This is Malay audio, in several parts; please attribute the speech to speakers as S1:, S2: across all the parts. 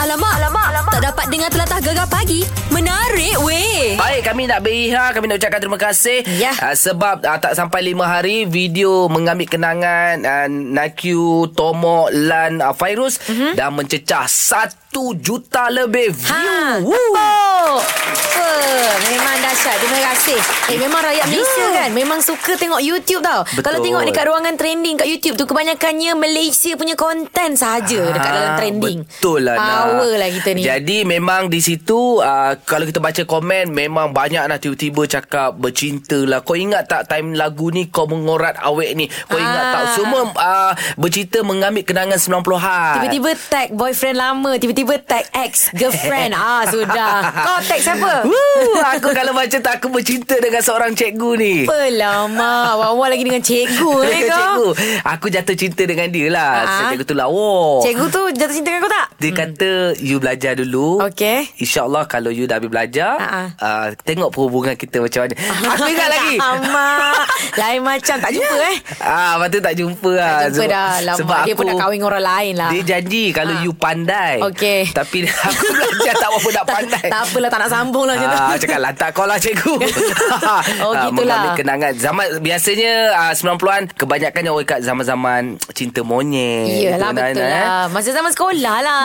S1: Alamak, alamak, alamak. Tak dapat dengar telatah gegar pagi. Menarik weh.
S2: Baik, kami nak beriha, kami nak ucapkan terima kasih
S1: Ya.
S2: uh, sebab uh, tak sampai lima hari video mengambil kenangan uh, Nakyu, Tomo, Lan, uh, Fairuz uh-huh. dah mencecah satu juta lebih view.
S1: Mhm. Ha,
S2: Woo.
S1: tepuk. Wah, Memang dahsyat. Terima kasih. Eh, memang rakyat Malaysia kan memang suka tengok YouTube tau.
S2: Betul.
S1: Kalau tengok dekat ruangan trending kat YouTube tu kebanyakannya Malaysia punya konten sahaja Ya, dekat
S2: Ah,
S1: dalam trending.
S2: Betul lah Nak.
S1: Power lah kita ni.
S2: Jadi memang di situ uh, Kalau kita baca komen Memang banyak lah Tiba-tiba cakap Bercinta lah Kau ingat tak Time lagu ni Kau mengorat awek ni Kau ingat
S1: Ah.
S2: tak Semua uh, Bercinta mengambil kenangan 90-an
S1: Tiba-tiba tag boyfriend lama Tiba-tiba tag ex Girlfriend Ah sudah Kau tag siapa?
S2: Woo, aku kalau macam tak Aku bercinta dengan seorang cikgu ni
S1: Pelama Awal-awal lagi dengan cikgu eh,
S2: Dengan
S1: kau.
S2: cikgu Aku jatuh cinta dengan dia lah
S1: Ah.
S2: uh-huh. Cikgu tu lawa
S1: Cikgu tu jatuh cinta dengan kau tak?
S2: Dia hmm. kata You belajar dulu
S1: Okey.
S2: InsyaAllah kalau you dah habis belajar
S1: Ha, ha.
S2: uh-huh. uh, Tengok perhubungan kita macam mana Aku ingat lagi
S1: Alamak Lain macam tak jumpa eh
S2: Ah, lepas tu tak jumpa lah
S1: Tak jumpa dah Lama sebab dia pun nak kahwin dengan orang lain lah
S2: Dia janji kalau
S1: Ah.
S2: you pandai
S1: Okey.
S2: Tapi aku belajar tak apa-apa nak
S1: tak,
S2: pandai
S1: tak apalah tak nak sambung lah macam tu
S2: Ah, cakap lantak kau lah cikgu
S1: Oh,
S2: Ah,
S1: gitulah.
S2: Mengambil kenangan Zaman biasanya ah, 90-an Kebanyakannya orang kat zaman-zaman Cinta monyet
S1: Yelah
S2: gitu,
S1: betul
S2: eh. Hmm.
S1: lah Masa zaman sekolah lah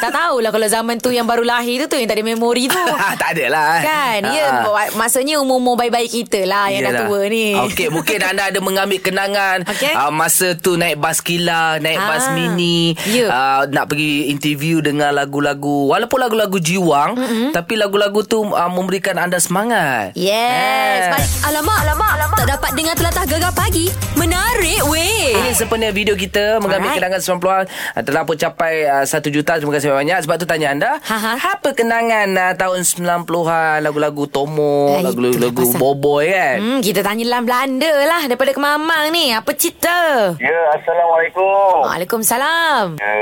S1: Tak tahulah kalau zaman tu Yang baru lahir tu tu Yang tak ada memori tu
S2: tak ada lah eh.
S1: Kan
S2: Ah.
S1: Ya buat- Maksudnya umur-umur baik-baik kita lah Yang dah
S2: Yelah.
S1: tua ni
S2: Okey, mungkin anda ada mengambil kenangan
S1: Okey.
S2: uh, masa tu naik bas kilar, naik
S1: Ah,
S2: bas mini,
S1: ya.
S2: uh, nak pergi interview dengan lagu-lagu walaupun lagu-lagu jiwang mm-hmm. tapi lagu-lagu tu uh, memberikan anda semangat.
S1: Yes
S2: Eh.
S1: Balik- alamak, alamak, alamak Tak dapat dengar telatah gegar pagi Menarik weh
S2: Ini sempena video kita mengambil
S1: Alright.
S2: kenangan 90-an uh, telah pun capai uh, 1 juta. Terima kasih banyak sebab tu tanya anda
S1: Ha, ha.
S2: apa kenangan uh, tahun 90-an lagu-lagu Tomo,
S1: Eh, itulah
S2: lagu-lagu
S1: pasal.
S2: Boboy kan.
S1: Hmm, kita tanya dalam Belanda lah daripada Kemamang ni. Apa cerita?
S3: Ya, Assalamualaikum.
S1: Waalaikumsalam.
S3: Ya.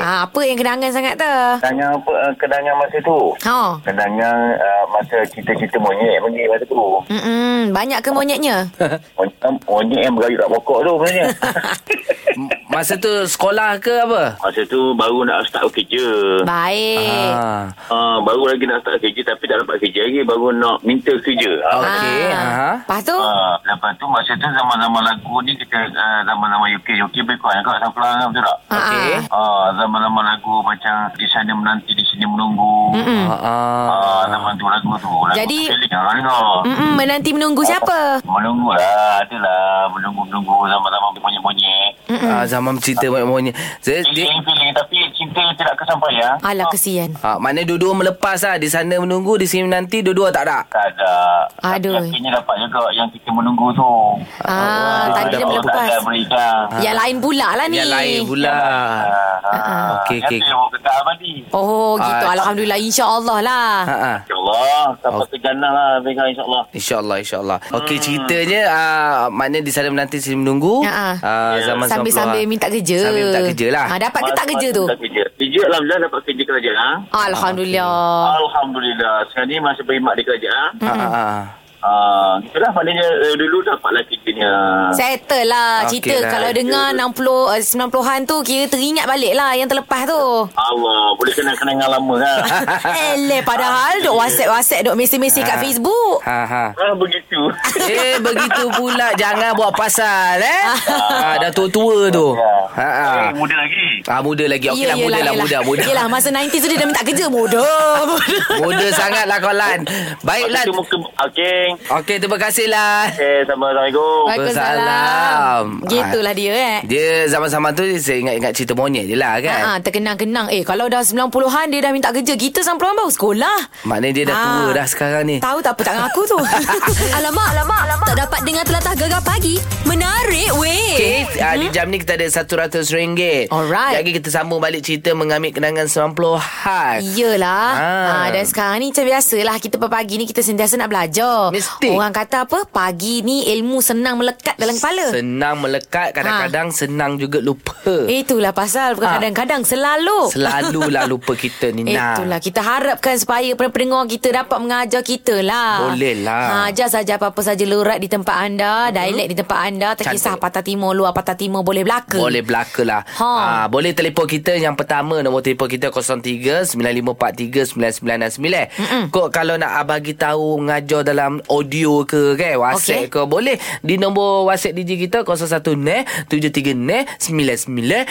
S1: Ah, apa yang kenangan sangat tu?
S3: Kenangan apa? eh, Kenangan masa tu.
S1: Ha.
S3: Kenangan uh, masa kita-kita monyet pergi masa tu.
S1: Mm-mm, banyak ke monyetnya?
S3: Monyet, monyet yang berayut kat pokok tu sebenarnya.
S1: Hmm?
S2: M- Masa tu sekolah ke apa?
S3: masa tu baru nak start kerja.
S1: Baik.
S2: Ah.
S3: Uh, baru lagi nak start kerja tapi tak dapat kerja lagi. Baru nak minta kerja. Ah,
S2: Ah. okey, aha.
S1: Lepas tu?
S3: Ah, lepas tu masa tu zaman-zaman lagu ni kita uh, zaman-zaman UK UK berikut kan kat Samplang kan betul tak?
S1: Ah,
S2: okey.
S1: ah.
S3: Ah, zaman-zaman lagu macam di sana menanti di sini menunggu.
S2: Hmm.
S3: Ah, zaman tu lagu tu. Lagu
S1: Jadi- Hmm.
S3: tu feeling orang dengar.
S1: Mm-mm, menanti menunggu siapa?
S3: Menunggu lah, adalah menunggu-menunggu sama-sama monyet-monyet.
S1: Hmm.
S2: Ah, zaman cerita monyet. Saya dia
S3: Feeling-feeling tapi cinta tidak kesampaian.
S1: Alah, kesian.
S2: Ah, mana dua-dua melepas lah Di sana menunggu Di sini nanti Dua-dua tak ada
S3: Tak ada.
S1: Aduh.
S3: Tapi akhirnya dapat juga yang kita menunggu tu.
S1: Ah,
S3: Ah,
S1: tadi dia
S3: Allah
S1: melepas.
S3: Ta'ala berikan.
S1: Yang lain pula lah ni.
S2: Ah. Yang lain pula
S3: Ah, ah.
S2: Okey,
S3: Yang
S2: okey.
S3: tu yang orang kata abadi.
S1: Oh, gitu.
S2: Ah.
S1: Alhamdulillah. InsyaAllah lah.
S2: ha, ha.
S3: InsyaAllah, sampai ke jannah lah, Vega, insyaAllah.
S2: InsyaAllah InsyaAllah Okey ceritanya ah, Maknanya di sana menanti Di sini menunggu
S1: Ha, ha.
S2: Ah, Zaman 90-an.
S1: Sambil-sambil minta kerja.
S2: Sambil minta kerja lah
S1: Ah, dapat ke tak
S3: Mas-
S1: kerja tu?
S3: Tak kerja. Kerja, Alhamdulillah dapat kerja kerajaan.
S2: Ah,
S1: Alhamdulillah.
S3: Alhamdulillah. Sekarang ni masih berkhidmat di kerajaan.
S2: ha,
S1: Hmm.
S2: ha, ha.
S3: Ah, itulah maknanya
S4: eh,
S3: uh, dulu dapatlah kitanya.
S1: Settle lah
S2: Okey
S1: cerita
S2: lah.
S1: Kalau dengar 60 eh, 90-an tu Kira teringat balik lah Yang terlepas tu
S3: Allah, boleh kenang-kenangan lama
S4: lah.
S3: kan?
S1: Eleh padahal Duk whatsapp-whatsapp Duk mesej-mesej kat Facebook
S2: Ha, ha.
S3: ah, begitu.
S2: Eh begitu pula Jangan buat pasal eh ah, Dah tua-tua tu
S4: Ya.
S2: ha, ha.
S3: Eh, muda lagi.
S2: Ah muda lagi Okey lah muda lah muda muda.
S1: Ya, Yelah masa 90 tu dia dah minta kerja Muda
S2: Muda sangat lah kau Lan Baik Lan
S3: Itu muka,
S4: ah,
S3: okay.
S2: Okey terima kasih Lan
S3: Okay, sama. Assalamualaikum.
S2: Waalaikumsalam.
S1: Gitulah dia eh
S2: Dia zaman-zaman tu Saya ingat-ingat cerita monyet je lah kan
S1: Ha, terkenang-kenang Eh kalau dah 90-an Dia dah minta kerja Kita 90-an baru sekolah
S2: Maknanya dia dah tua
S1: Ah.
S2: dah sekarang ni
S1: Tahu tak apa tak ngaku tu alamak, alamak, alamak Tak dapat dengar telatah gegar pagi Menarik weh
S2: Okay, uh, di jam ni kita ada RM100
S1: Mhm. Alright.
S2: Lagi kita sambung balik cerita Mengambil kenangan 90-an
S1: Yelah
S2: Ah.
S1: Ah, ha. Dan sekarang ni macam biasalah Kita pagi ni kita sentiasa nak belajar
S2: Ni optimistik.
S1: Orang kata apa? Pagi ni ilmu senang melekat dalam kepala. Ha.
S2: Senang melekat Kadang-kadang senang juga lupa
S1: Itulah pasal
S2: Ha.
S1: kadang-kadang selalu.
S2: Selalulah lupa kita ni Nah
S1: Itulah kita harapkan supaya para pendengar kita dapat mengajar kita lah.
S2: Boleh lah.
S1: Ha, ajar saja apa-apa saja lorat di tempat anda, hmm. dialek di tempat anda, tak kisah
S2: Cantik.
S1: patah timur luar patah timur boleh belaka.
S2: Boleh belaka lah
S1: Ha.
S2: ha. Boleh telefon kita Yang pertama Nombor telefon kita 03-9543-9999 Kok kalau nak bagi tahu Ngajar dalam audio ke kan WhatsApp
S1: Okey.
S2: okay. ke Boleh Di nombor WhatsApp DJ kita 01 ne 73 ne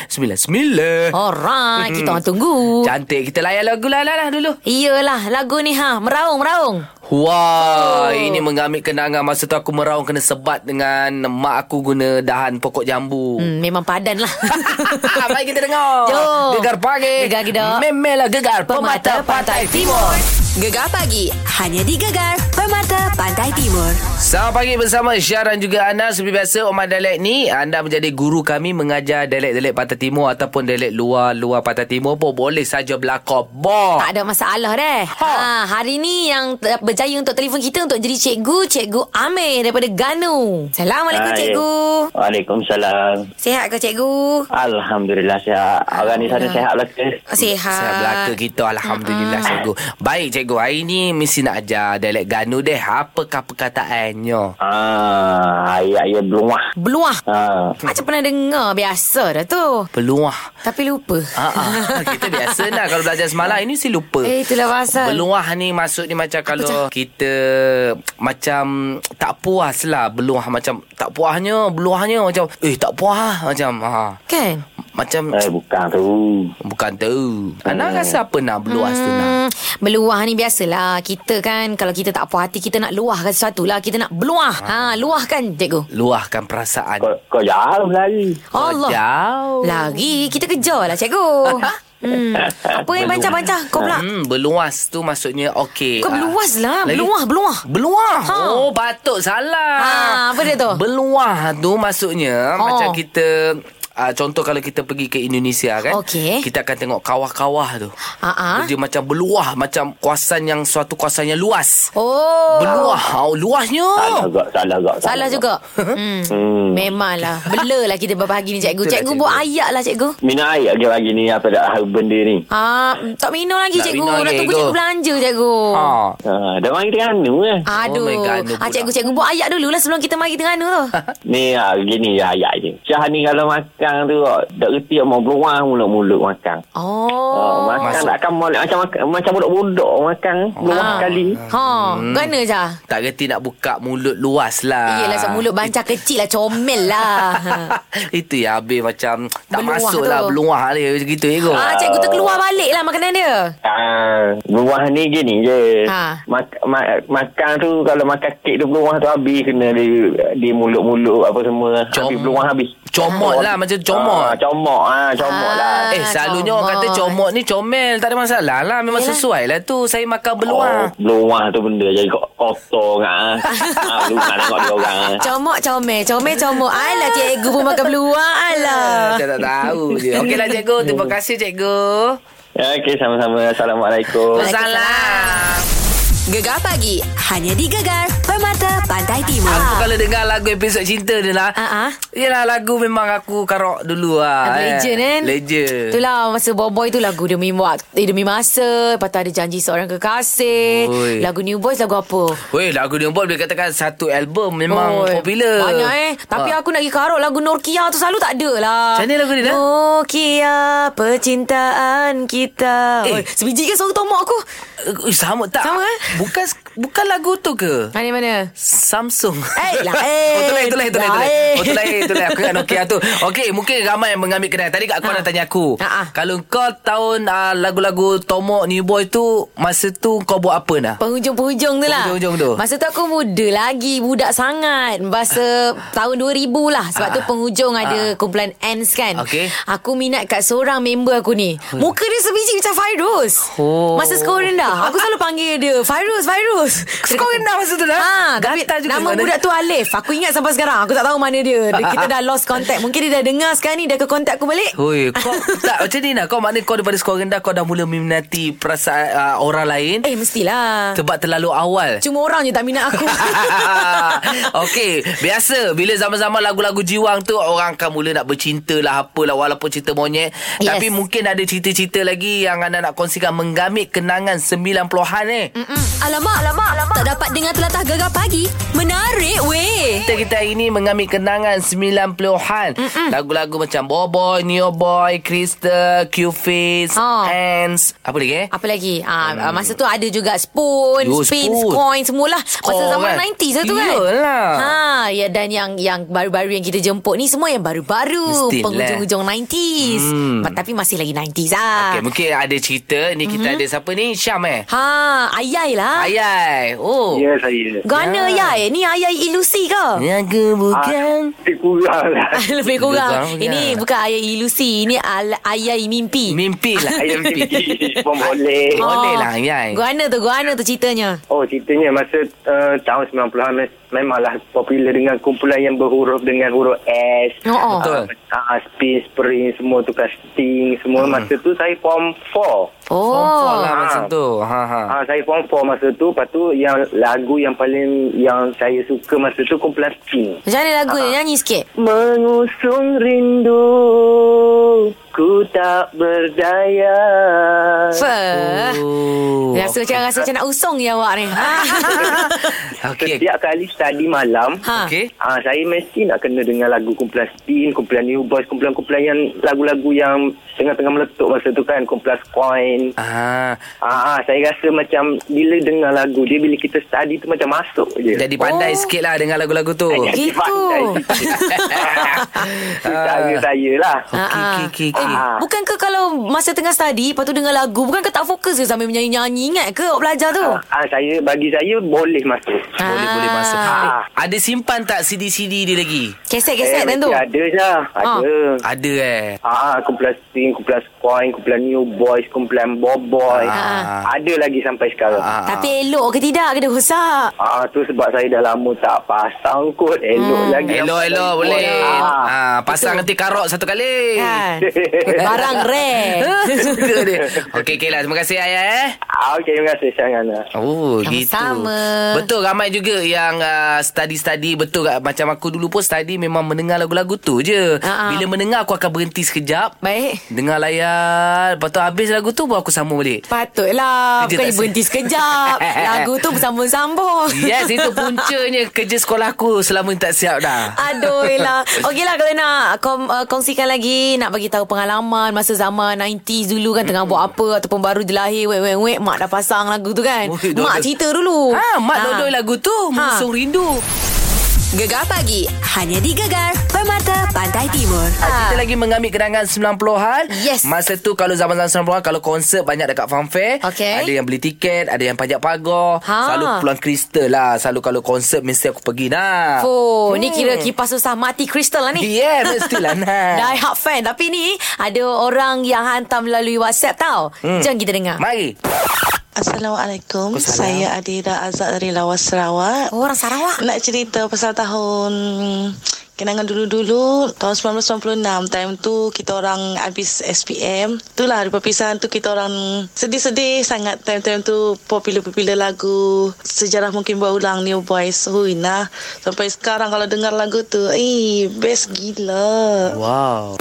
S2: 9999
S1: Alright, kita orang tunggu.
S2: Hmm. Cantik Kita layan lagu lah, lah, lah dulu
S1: Iyalah lagu ni ha meraung meraung.
S2: Wah,
S1: Oh.
S2: oh. ini mengambil kenangan masa tu aku meraung kena sebat dengan mak aku guna dahan pokok jambu. Hmm.
S1: Hmm, memang padan lah.
S2: Mari kita dengar.
S1: Jom.
S2: Gegar pagi.
S1: Gegar gedor.
S2: Memelah gegar pemata pantai timur.
S5: Gegar pagi hanya di Gegar Permata Pantai Timur.
S2: Selamat pagi bersama Syah dan juga Ana. Seperti biasa, Omar Dialek ni, anda menjadi guru kami mengajar dialek-dialek Pantai Timur ataupun dialek luar-luar Pantai Timur pun boleh saja belakang. Bo.
S1: Tak ada masalah deh. Ha.
S2: Ha.
S1: hari ni yang te- berjaya untuk telefon kita untuk jadi cikgu, cikgu Amir daripada Ganu. Assalamualaikum
S4: Hai.
S1: cikgu.
S4: Waalaikumsalam.
S1: Sihat ke cikgu?
S4: Alhamdulillah sihat. Orang di sana sihat lah ke?
S1: Sihat.
S2: Saya Hmm, belaka kita Alhamdulillah cikgu Baik cikgu Hari ni mesti nak ajar Dialek Ganu deh Apakah perkataannya
S4: Ah, ayat ya belum lah.
S1: Beluah.
S4: Ah.
S1: Macam pernah dengar biasa dah tu.
S2: Peluah
S1: Tapi lupa.
S2: Ah, ah. Kita biasa lah Kalau belajar semalam Ini mesti lupa
S1: Eh, itulah pasal.
S2: Beluah ni maksud ni macam Kalau kita Macam Tak puas lah Beluah macam Tak puasnya Beluahnya macam Eh tak puas lah. Macam ha.
S1: Kan?
S2: Macam
S4: Eh, bukan tu.
S2: Bukan tahu Ana rasa apa nak Beluah tu nak
S1: Hmm, beluah ni biasalah. Kita kan kalau kita tak puas hati kita nak luahkan sesuatu lah. Kita nak beluah. Ha,
S2: Ah.
S1: luahkan cikgu.
S2: Luahkan perasaan
S4: Kau, kau jauh lari.
S2: Oh,
S1: Allah.
S2: Jauh
S1: Lari kita kejar lah cikgu. hmm. Apa yang bancah-bancah kau pula?
S2: Hmm, berluas tu maksudnya okey.
S1: Kau
S2: Ah.
S1: berluas lah.
S2: Lagi-
S1: Beluah, beluah.
S2: Beluah.
S1: Ha.
S2: Ha. Oh, patut salah.
S1: Ha, apa dia tu?
S2: Beluah tu maksudnya
S1: Oh.
S2: oh. macam kita Uh, contoh kalau kita pergi ke Indonesia kan
S1: Okey.
S2: Kita akan tengok kawah-kawah tu
S1: Ah, ah.
S2: Dia macam beluah Macam kuasan yang Suatu kuasan yang luas
S1: Oh.
S2: Beluah oh, Luasnya
S4: Salah gak, salah gak.
S1: Salah
S4: gak.
S1: juga. Hmm.
S4: Hmm.
S1: Memanglah. Bela lah kita berbahagi ni cikgu.
S2: Itulah,
S1: Cikgu buat
S2: cikgu.
S1: ayak lah cikgu.
S4: Minum air lagi pagi ni apa dah hal benda ni.
S1: Ah, tak minum lagi
S2: Tak
S1: cikgu.
S2: minum
S1: Nak
S2: lagi,
S1: tunggu
S2: cikgu.
S1: cikgu belanja cikgu.
S2: ha.
S4: Ha, dah mari Terengganu eh.
S1: Aduh.
S2: Oh my God, dia
S1: ah,
S2: pula.
S1: cikgu, cikgu buat ayak dulu lah sebelum kita mari Terengganu tu.
S4: Ni ha, gini je ayat je. Syah ni kalau makan tu, ah, tak reti mau beluang mulut-mulut makan.
S1: oh.
S4: Oh, makan
S2: Masuk.
S4: tak akan molek macam makan- macam budak-budak makan
S2: Ah.
S4: beluang sekali.
S1: Ah. Ha, hmm. mana je?
S2: Tak kerti nak buka mulut luas lah
S1: Yelah, sebab mulut bancah kecil lah, comel lah. ha.
S2: Itu ya habis macam Tak
S1: Beluah
S2: masuk
S1: tu.
S2: lah Beluah dia Macam gitu je
S1: Ah, cikgu tu keluar balik lah makanan dia.
S4: Ah, beruah ni gini je.
S1: Ha.
S4: Mak, ma, makan tu kalau makan kek tu beruah tu habis kena di, di mulut-mulut apa semua.
S2: Com-
S4: habis beruah habis.
S2: Comot lah, macam comot.
S4: Ah, comot ah, comot
S1: Ah.
S4: lah.
S2: Eh selalunya orang kata comot ni comel Tak ada masalah lah Memang
S1: Yelah.
S2: Yelah. sesuai lah tu Saya makan
S1: Eh,
S2: beluah
S4: Oh, beruah tu benda jadi ko- kotor kan. ah, lu nak tengok dia orang.
S2: Eh.
S4: ah.
S1: Comok, comel, comel, comel. Alah, cikgu pun makan beluar. Alah.
S2: Eh, Saya tak tahu je Okeylah cikgu Terima
S1: Oh.
S2: kasih cikgu
S4: Ya, Okey, sama-sama. Assalamualaikum.
S2: Wassalam
S5: Gegar pagi hanya di Gegar Permata Pantai Timur.
S2: Aku kalau dengar lagu episod cinta ni lah
S1: Ah, ah.
S2: Yelah lagu memang aku karok dulu lah
S1: Lagu legend kan
S2: Legend
S1: Itulah masa boy-boy tu lagu demi waktu eh, demi masa lepas tu ada janji seorang kekasih
S2: Oi.
S1: lagu new boys lagu apa
S2: Weh lagu dia pun boleh katakan Satu album
S1: Oi,
S2: memang popular
S1: Banyak eh Tapi
S2: Ah.
S1: aku nak pergi karok Lagu Nokia tu selalu tak ada lah
S2: Macam mana lagu dia, Dah?
S1: Nokia Percintaan kita
S2: Eh.
S1: Oi, Sebiji ke suara tomok aku
S2: Eh, Sama tak
S1: Sama, eh?
S2: Bukan bukan lagu tu ke
S1: Mana mana
S2: Samsung
S1: Eh lah, eh.
S2: Oh tu lain tu lain tu lain tu
S1: Baik.
S2: lain Oh tu lain tu lain Aku ingat Nokia tu Okey mungkin ramai yang mengambil kenal Tadi kat kau
S1: Ha.
S2: nak tanya aku
S1: Ha, ha.
S2: Kalau kau tahun ah, lagu-lagu Tomok New Boy tu Masa tu kau buat apa nak?
S1: Penghujung-penghujung tu lah
S2: Penghujung-penghujung tu.
S1: Masa tu aku muda lagi Budak sangat Masa tahun 2000 lah Sebab tu
S2: Ah.
S1: penghujung ada
S2: Ah.
S1: Kumpulan Ants kan
S2: Okey. Hmm.
S1: Aku minat kat seorang member aku ni Muka dia sebiji biji macam Fairuz.
S2: Oh.
S1: Masa sekolah rendah. Aku selalu panggil dia, Fairuz, Fairuz.
S2: Sekolah rendah masa tu dah?
S1: Ha, tapi
S2: Gatal juga
S1: nama
S2: sebenarnya.
S1: budak tu Alif. Aku ingat sampai sekarang. Aku tak tahu mana dia. dia kita dah lost contact. Mungkin dia dah dengar sekarang ni. Dia ke contact aku balik.
S2: Hui, kau tak macam ni nak. Kau maknanya kau daripada sekolah rendah kau dah mula minati perasaan uh, orang lain
S1: Eh, mestilah.
S2: sebab terlalu awal.
S1: Cuma orang je tak minat aku.
S2: Oh, Okey, biasa bila zaman-zaman lagu-lagu jiwang tu orang akan mula nak bercinta lah apalah walaupun cerita monyet.
S1: Yes.
S2: Yes. Tapi mungkin ada cerita-cerita lagi yang anda nak kongsikan menggamit kenangan 90-an eh. Mm.
S5: Mm. Alamak, alamak, alamak. Tak dapat dengar telatah gegar pagi. Menarik weh.
S2: Kita kita hari ni mengambil kenangan 90-an. Mm-mm. Lagu-lagu macam Boboy, Neo Boy, Crystal, Q-Face,
S1: Oh.
S2: oh. Hands, apa lagi eh?
S1: Apa lagi? Ha, hmm. Masa tu ada juga spoon,
S2: Yo,
S1: spin,
S2: spoon.
S1: coin semualah. Masa
S2: Score,
S1: zaman
S2: kan?
S1: 90s lah tu kan.
S2: Iyalah.
S1: Ha, ya dan yang yang baru-baru yang kita jemput ni semua yang baru-baru,
S2: Mestilah.
S1: penghujung-hujung 90s.
S2: lah. Hmm.
S1: Ma- Tapi masih lagi 90s ah.
S2: Okay, mungkin ada cerita. Ni kita mm-hmm. ada siapa ni? Syam eh?
S1: Ha, Ayai lah.
S2: Ayai. Oh.
S3: Ya saya
S1: Gana ya. Ayai. Ni Ayai ilusi ke?
S2: Naga bukan.
S3: Lebih kurang lah
S1: Lebih
S2: Lebih kurang,
S1: kurang.
S2: ya.
S1: Ini bukan Ayai ilusi, ini al- Ayai mimpi.
S2: Mimpi lah.
S3: Saya macam fikir Pun boleh
S2: Oh. Boleh lah, Ayai.
S1: Guana tu, guana tu ceritanya.
S3: Oh ceritanya masa uh, tahun 90-an me- Memanglah popular dengan kumpulan yang berhuruf dengan huruf S
S1: Oh, oh.
S2: Betul.
S3: uh, Space, Spring, semua tukar sting Semua hmm. masa tu saya form 4
S2: Form 4
S1: Oh.
S2: lah masa tu. Ha ha.
S4: Hmm.
S3: Ah, saya form 4 masa tu Lepas tu yang lagu yang paling Yang saya suka masa tu Kumpulan Sting
S1: Macam mana lagu dia? Nyanyi sikit.
S3: Mengusung rindu Ku tak berdaya
S1: Fah.
S2: Oh.
S1: Rasa macam rasa macam nak usung je awak ni. Ha.
S2: Okey.
S3: Setiap kali study malam
S1: Ha.
S2: Okey.
S3: Ah, saya mesti nak kena dengan lagu kumpulan Steen, kumpulan New Boys, kumpulan-kumpulan yang lagu-lagu yang tengah-tengah meletup masa tu kan, kumpulan Coin.
S2: Ah,
S3: Ah, ah, saya rasa macam bila dengar lagu dia bila kita study tu macam masuk je.
S2: jadi pandai
S1: Oh.
S2: oh. sikit lah dengan lagu-lagu tu.
S3: Saya jadi
S1: Gitu.
S3: pandai sikit. Itu cara saya lah.
S2: Okey, okey, okey, okey.
S3: Ah.
S1: Bukan ke kalau masa tengah study, lepas tu dengar lagu, bukan ke tak fokus ke sambil menyanyi-nyanyi? Ingat ke awak belajar tu?
S3: Ah, saya bagi saya boleh masuk.
S2: Boleh boleh masuk.
S1: Ah.
S2: Eh, ada simpan tak CD-CD dia lagi?
S1: Keset-keset
S3: Eh,
S1: kan tu?
S3: mesti Ada je. Ada.
S2: Ada eh.
S3: Ah, kumpulan Sting, kumpulan Coin, kumpulan New Boys, kumpulan Boboy.
S2: Ah.
S3: Ada lagi sampai sekarang.
S2: Ah.
S1: Tapi elok ke tidak kena rosak?
S3: Ah tu sebab saya dah lama tak pasang kot. Elok hmm. lagi.
S2: Elok elok boleh. Ah,
S3: Ah.
S2: pasang nanti karok satu kali.
S1: Kan? Barang rare.
S2: Suka dia. Okey, okey lah. Terima kasih Ayah eh.
S3: ah okey terima kasih Syangana.
S2: Oh
S1: Sama-sama.
S2: gitu Betul ramai juga yang uh, study-study Betul tak? Macam aku dulu pun study Memang mendengar lagu-lagu tu je
S1: Ha-ha.
S2: Bila mendengar aku akan berhenti sekejap
S1: Baik.
S2: Dengar layar Lepas tu habis lagu tu Baru aku sambung balik
S1: Patutlah.
S2: Kerja
S1: Bukan
S2: tak
S1: berhenti sekejap. Lagu tu bersambung-sambung.
S2: Yes itu puncanya Kerja sekolah aku Selama ni tak siap dah
S1: Aduh lah. Okeylah kalau nak kom, uh, kongsikan lagi nak bagi tahu pengalaman masa zaman 90s dulu kan tengah buat apa ataupun baru je lahir wek wek wek mak dah pasang lagu tu kan.
S2: Ui,
S1: mak
S2: dodol.
S1: cerita dulu.
S2: Ha, mak dodoi lagu tu
S1: Ha.
S2: Mengusung rindu
S5: Gegar pagi. Hanya di Gegar Permata Pantai Timur.
S2: Kita lagi mengambil kenangan
S1: Ah.
S2: 90-an
S1: Yes.
S2: Masa tu kalau zaman-zaman 90-an Kalau konsert banyak dekat fanfare
S1: Okey.
S2: Ada yang beli tiket Ada yang pajak pagar
S1: Ha.
S2: Selalu pulang kristal lah Selalu kalau konsert Mesti aku pergi nak
S1: Oh,
S2: Hmm.
S1: ni kira kipas susah mati kristal lah ni.
S2: Yeah mestilah nak
S1: Die hard fan Tapi ni Ada orang yang hantar melalui WhatsApp tau hmm. Jom kita dengar
S2: Mari
S6: Assalamualaikum.
S2: Waalaikumsalam.
S6: Saya Adira Azad dari Lawas Sarawak.
S1: Orang Sarawak
S6: Nak cerita pasal tahun kenangan dulu-dulu tahun 1996 time tu kita orang habis SPM itulah hari perpisahan tu kita orang sedih-sedih sangat time-time tu popular-popular lagu sejarah mungkin berulang New Boys Hui nah sampai sekarang kalau dengar lagu tu eh best gila
S2: Wow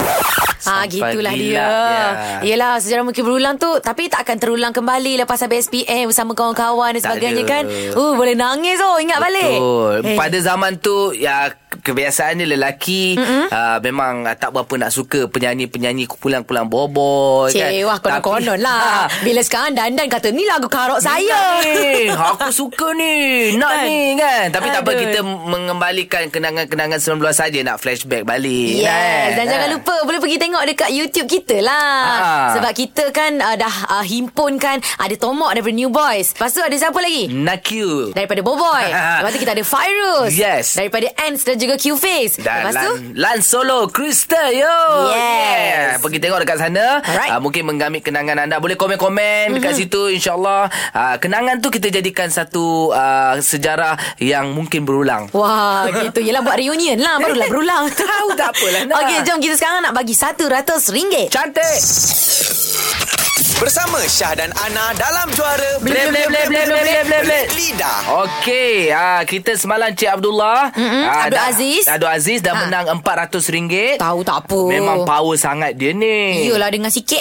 S1: Ha
S2: Sampai
S1: gitulah
S2: gila,
S1: dia.
S2: ya.
S1: Yelah sejarah mungkin berulang tu tapi tak akan terulang kembali lepas habis SPM bersama kawan-kawan dan
S2: Tak
S1: sebagagnya
S2: ada.
S1: kan. Oh boleh nangis oh ingat balik.
S2: Betul.
S1: Eh,
S2: Pada zaman tu ya kebiasaannya lelaki uh, memang ah, tak berapa nak suka penyanyi-penyanyi kumpulan-kumpulan boboy kan.
S1: Cik, wah Eh, konon-konon
S2: Tapi-
S1: lah.
S2: Ah,
S1: Bila sekarang dandan kata ni lagu karok
S2: Nak
S1: saya.
S2: ni. Aku suka ni. Nak
S1: Kan?
S2: kan? ni kan. Tapi tak apa
S1: Aduh.
S2: kita mengembalikan kenangan-kenangan 19 saja nak flashback balik.
S1: Yes, dan
S2: Ah.
S1: jangan lupa boleh pergi tengok dekat YouTube kita lah.
S2: Ah.
S1: Sebab kita kan uh, dah uh, himpunkan ada Tomok daripada New Boys. Lepas tu ada siapa lagi?
S2: Nakyu.
S1: Daripada Boboy Lepas tu kita ada Fairuz
S2: Yes.
S1: Daripada Ants dan juga Q-Face
S2: Dan
S1: Lepas tu?
S2: Lan, Lan Solo Krista yo.
S1: Yes.
S2: Yeah. Pergi tengok dekat sana.
S1: Alright. Mhm.
S2: Ah, mungkin mengambil kenangan anda. Boleh komen-komen mm-hmm. dekat situ insyaallah. Ah, kenangan tu kita jadikan satu ah, sejarah yang mungkin berulang.
S1: Wah, gitu. Yelah buat reunion lah. Barulah berulang.
S2: Tahu tak apalah, nak.
S1: Okey, jom kita sekarang nak bagi RM100.
S2: Cantik.
S7: Bersama Syah dan Ana dalam juara
S2: Bleh, bleh, bleh, bleh, bleh, bleh, bleh, bleh.
S7: Lidah.
S2: Okey, ah kita semalam Cik Abdullah,
S1: Mm-mm,
S2: ah,
S1: Abdul
S2: dah-
S1: Aziz.
S2: Abdul Aziz dah
S1: Ha.
S2: menang RM400.
S1: Tahu tak apa.
S2: Memang power sangat dia ni.
S1: Yelah dengan sikit.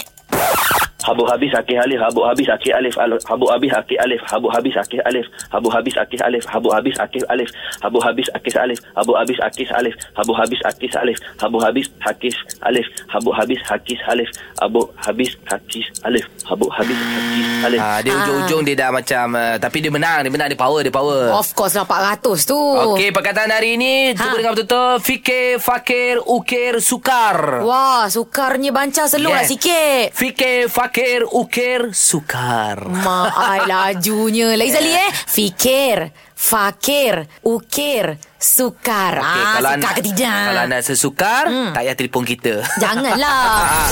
S4: Habu habis akih alif Habu habis akih alif al- Habu habis akih alif Habu habis akih alif Habu habis akih alif Habu habis akih alif Habu habis akih alif Habu habis akih alif Habu habis akih alif Habu habis hakis alif Habu habis hakis alif Habu habis hakis alif Habu habis hakis alif
S2: Ah, dia ujung-ujung dia dah macam uh, tapi dia menang, dia menang, dia power, dia power.
S1: Of course lah 400 tu.
S2: Eh. Okey, perkataan hari ini ha.
S1: Ha.
S2: cuba dengar betul-betul. Fikir, fakir, ukir, sukar.
S1: Wah, sukarnya banca selur
S2: Yeah.
S1: lah sikit.
S2: Fikir, fakir, ukir, sukar.
S1: Mak ai lajunya. Lagi sekali eh. Fikir, fakir, ukir, sukar. Okay, ah,
S2: kalau
S1: sukar
S2: anda-
S1: ke tidak?
S2: Kalau anda sesukar, hmm. tak payah telefon kita.
S1: Janganlah.
S2: Ah,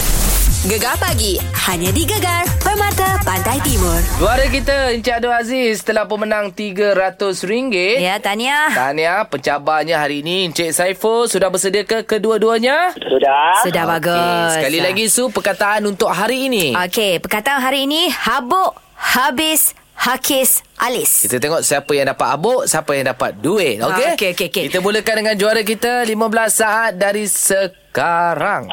S5: Gegar pagi hanya di Gegar Permata Pantai Timur.
S2: Juara kita Encik Abdul Aziz telah pemenang RM300.
S5: Ya, Tania.
S2: Tahniah pencabarnya hari ini Encik Saiful sudah bersedia ke kedua-duanya?
S4: Sudah
S5: Sudah bagus.
S2: Ah, Okey, sekali lagi Su perkataan untuk hari ini.
S5: Okey, perkataan hari ini habuk, habis, hakis, alis.
S2: Kita tengok siapa yang dapat abuk, siapa yang dapat duit.
S5: Ah,
S2: Okey?
S5: okey, okey, okey.
S2: Kita mulakan dengan juara kita 15 saat dari sekarang.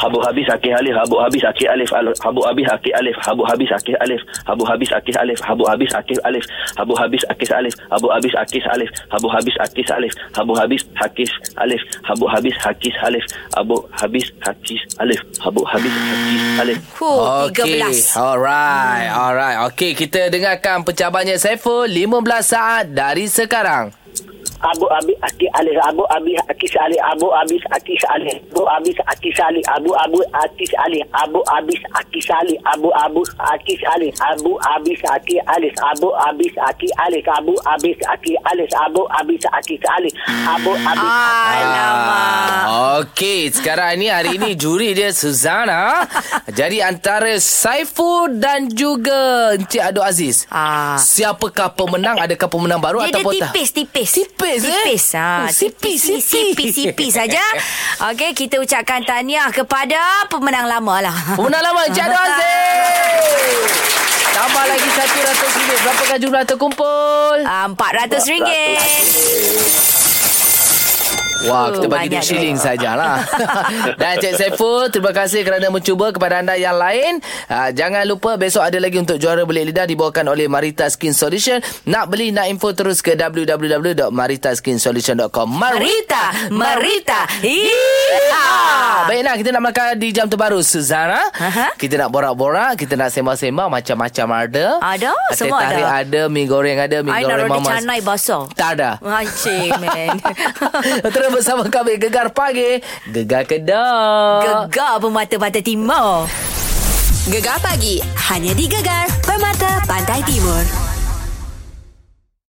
S4: Habu habis akih alif Habu habis akih alif al- Habu habis akih alif Habu habis akih alif Habu habis akih alif Habu habis akih alif Habu habis akih alif Habu habis akih alif Habu habis akih alif Habu habis hakis alif Habu habis hakis alif Habu habis hakis alif Habu habis hakis alif
S5: Huh,
S2: Okey.
S5: 13.
S2: Alright,
S5: Hmm.
S2: alright. Okey, kita dengarkan pencabarnya Saiful 15 saat dari sekarang.
S3: Abu Abi Aki Ali Abu Abi Aki Ali Abu Abi Aki Ali Abu Abi Aki Ali Abu Abu Aki Ali Abu Abi Aki Ali Abu Abu Aki Ali Abu Abi Aki Ali Abu Abi Aki Ali Abu Abi Aki Ali Abu Abi Aki Ali Abu Abi
S5: Ah, Alamak.
S2: Ah, Okey, sekarang ni hari ini juri dia Suzana. Jadi antara Saiful dan juga Encik Aduk Aziz.
S5: Ah.
S2: Siapakah pemenang? Adakah pemenang
S5: Dia,
S2: baru
S5: dia
S2: ataupun tak?
S5: tipis, tipis.
S2: Tipis, eh?
S5: Tipis, ha.
S2: Oh, sipis,
S5: tipis,
S2: sipis.
S5: sipis, sipis saja. Okey, kita ucapkan tahniah kepada pemenang lama lah.
S2: Pemenang lama Encik Aduk Aziz. Tambah lagi RM100. Berapakah jumlah terkumpul?
S5: Ah, RM400.
S2: Wah,
S5: Oh,
S2: kita bagi dia
S5: banyak
S2: shilling
S5: duit.
S2: sajalah. Dan Cik Saiful, terima kasih kerana mencuba kepada anda yang lain. Uh, jangan lupa besok ada lagi untuk juara belit lidah dibawakan oleh Marita Skin Solution. Nak beli, nak info terus ke www.maritaskinsolution.com.
S5: Marita, Marita.
S2: Ah,
S5: Yeehaw.
S2: baik nak kita nak makan di jam terbaru Suzana.
S5: Aha.
S2: Kita nak borak-borak, kita nak sembang-sembang macam-macam ada.
S5: Ada,
S2: Teh
S5: semua ada.
S2: tarik ada, mi goreng ada, mi
S5: Ai naruh
S2: goreng
S5: di
S2: mamas.
S5: canai basah.
S2: Tak ada.
S5: Ancik, man.
S2: Terus bersama kami Gegar Pagi Gegar Kedah
S5: Gegar Permata Pantai Timur. Gegar pagi hanya di Gegar Permata Pantai Timur.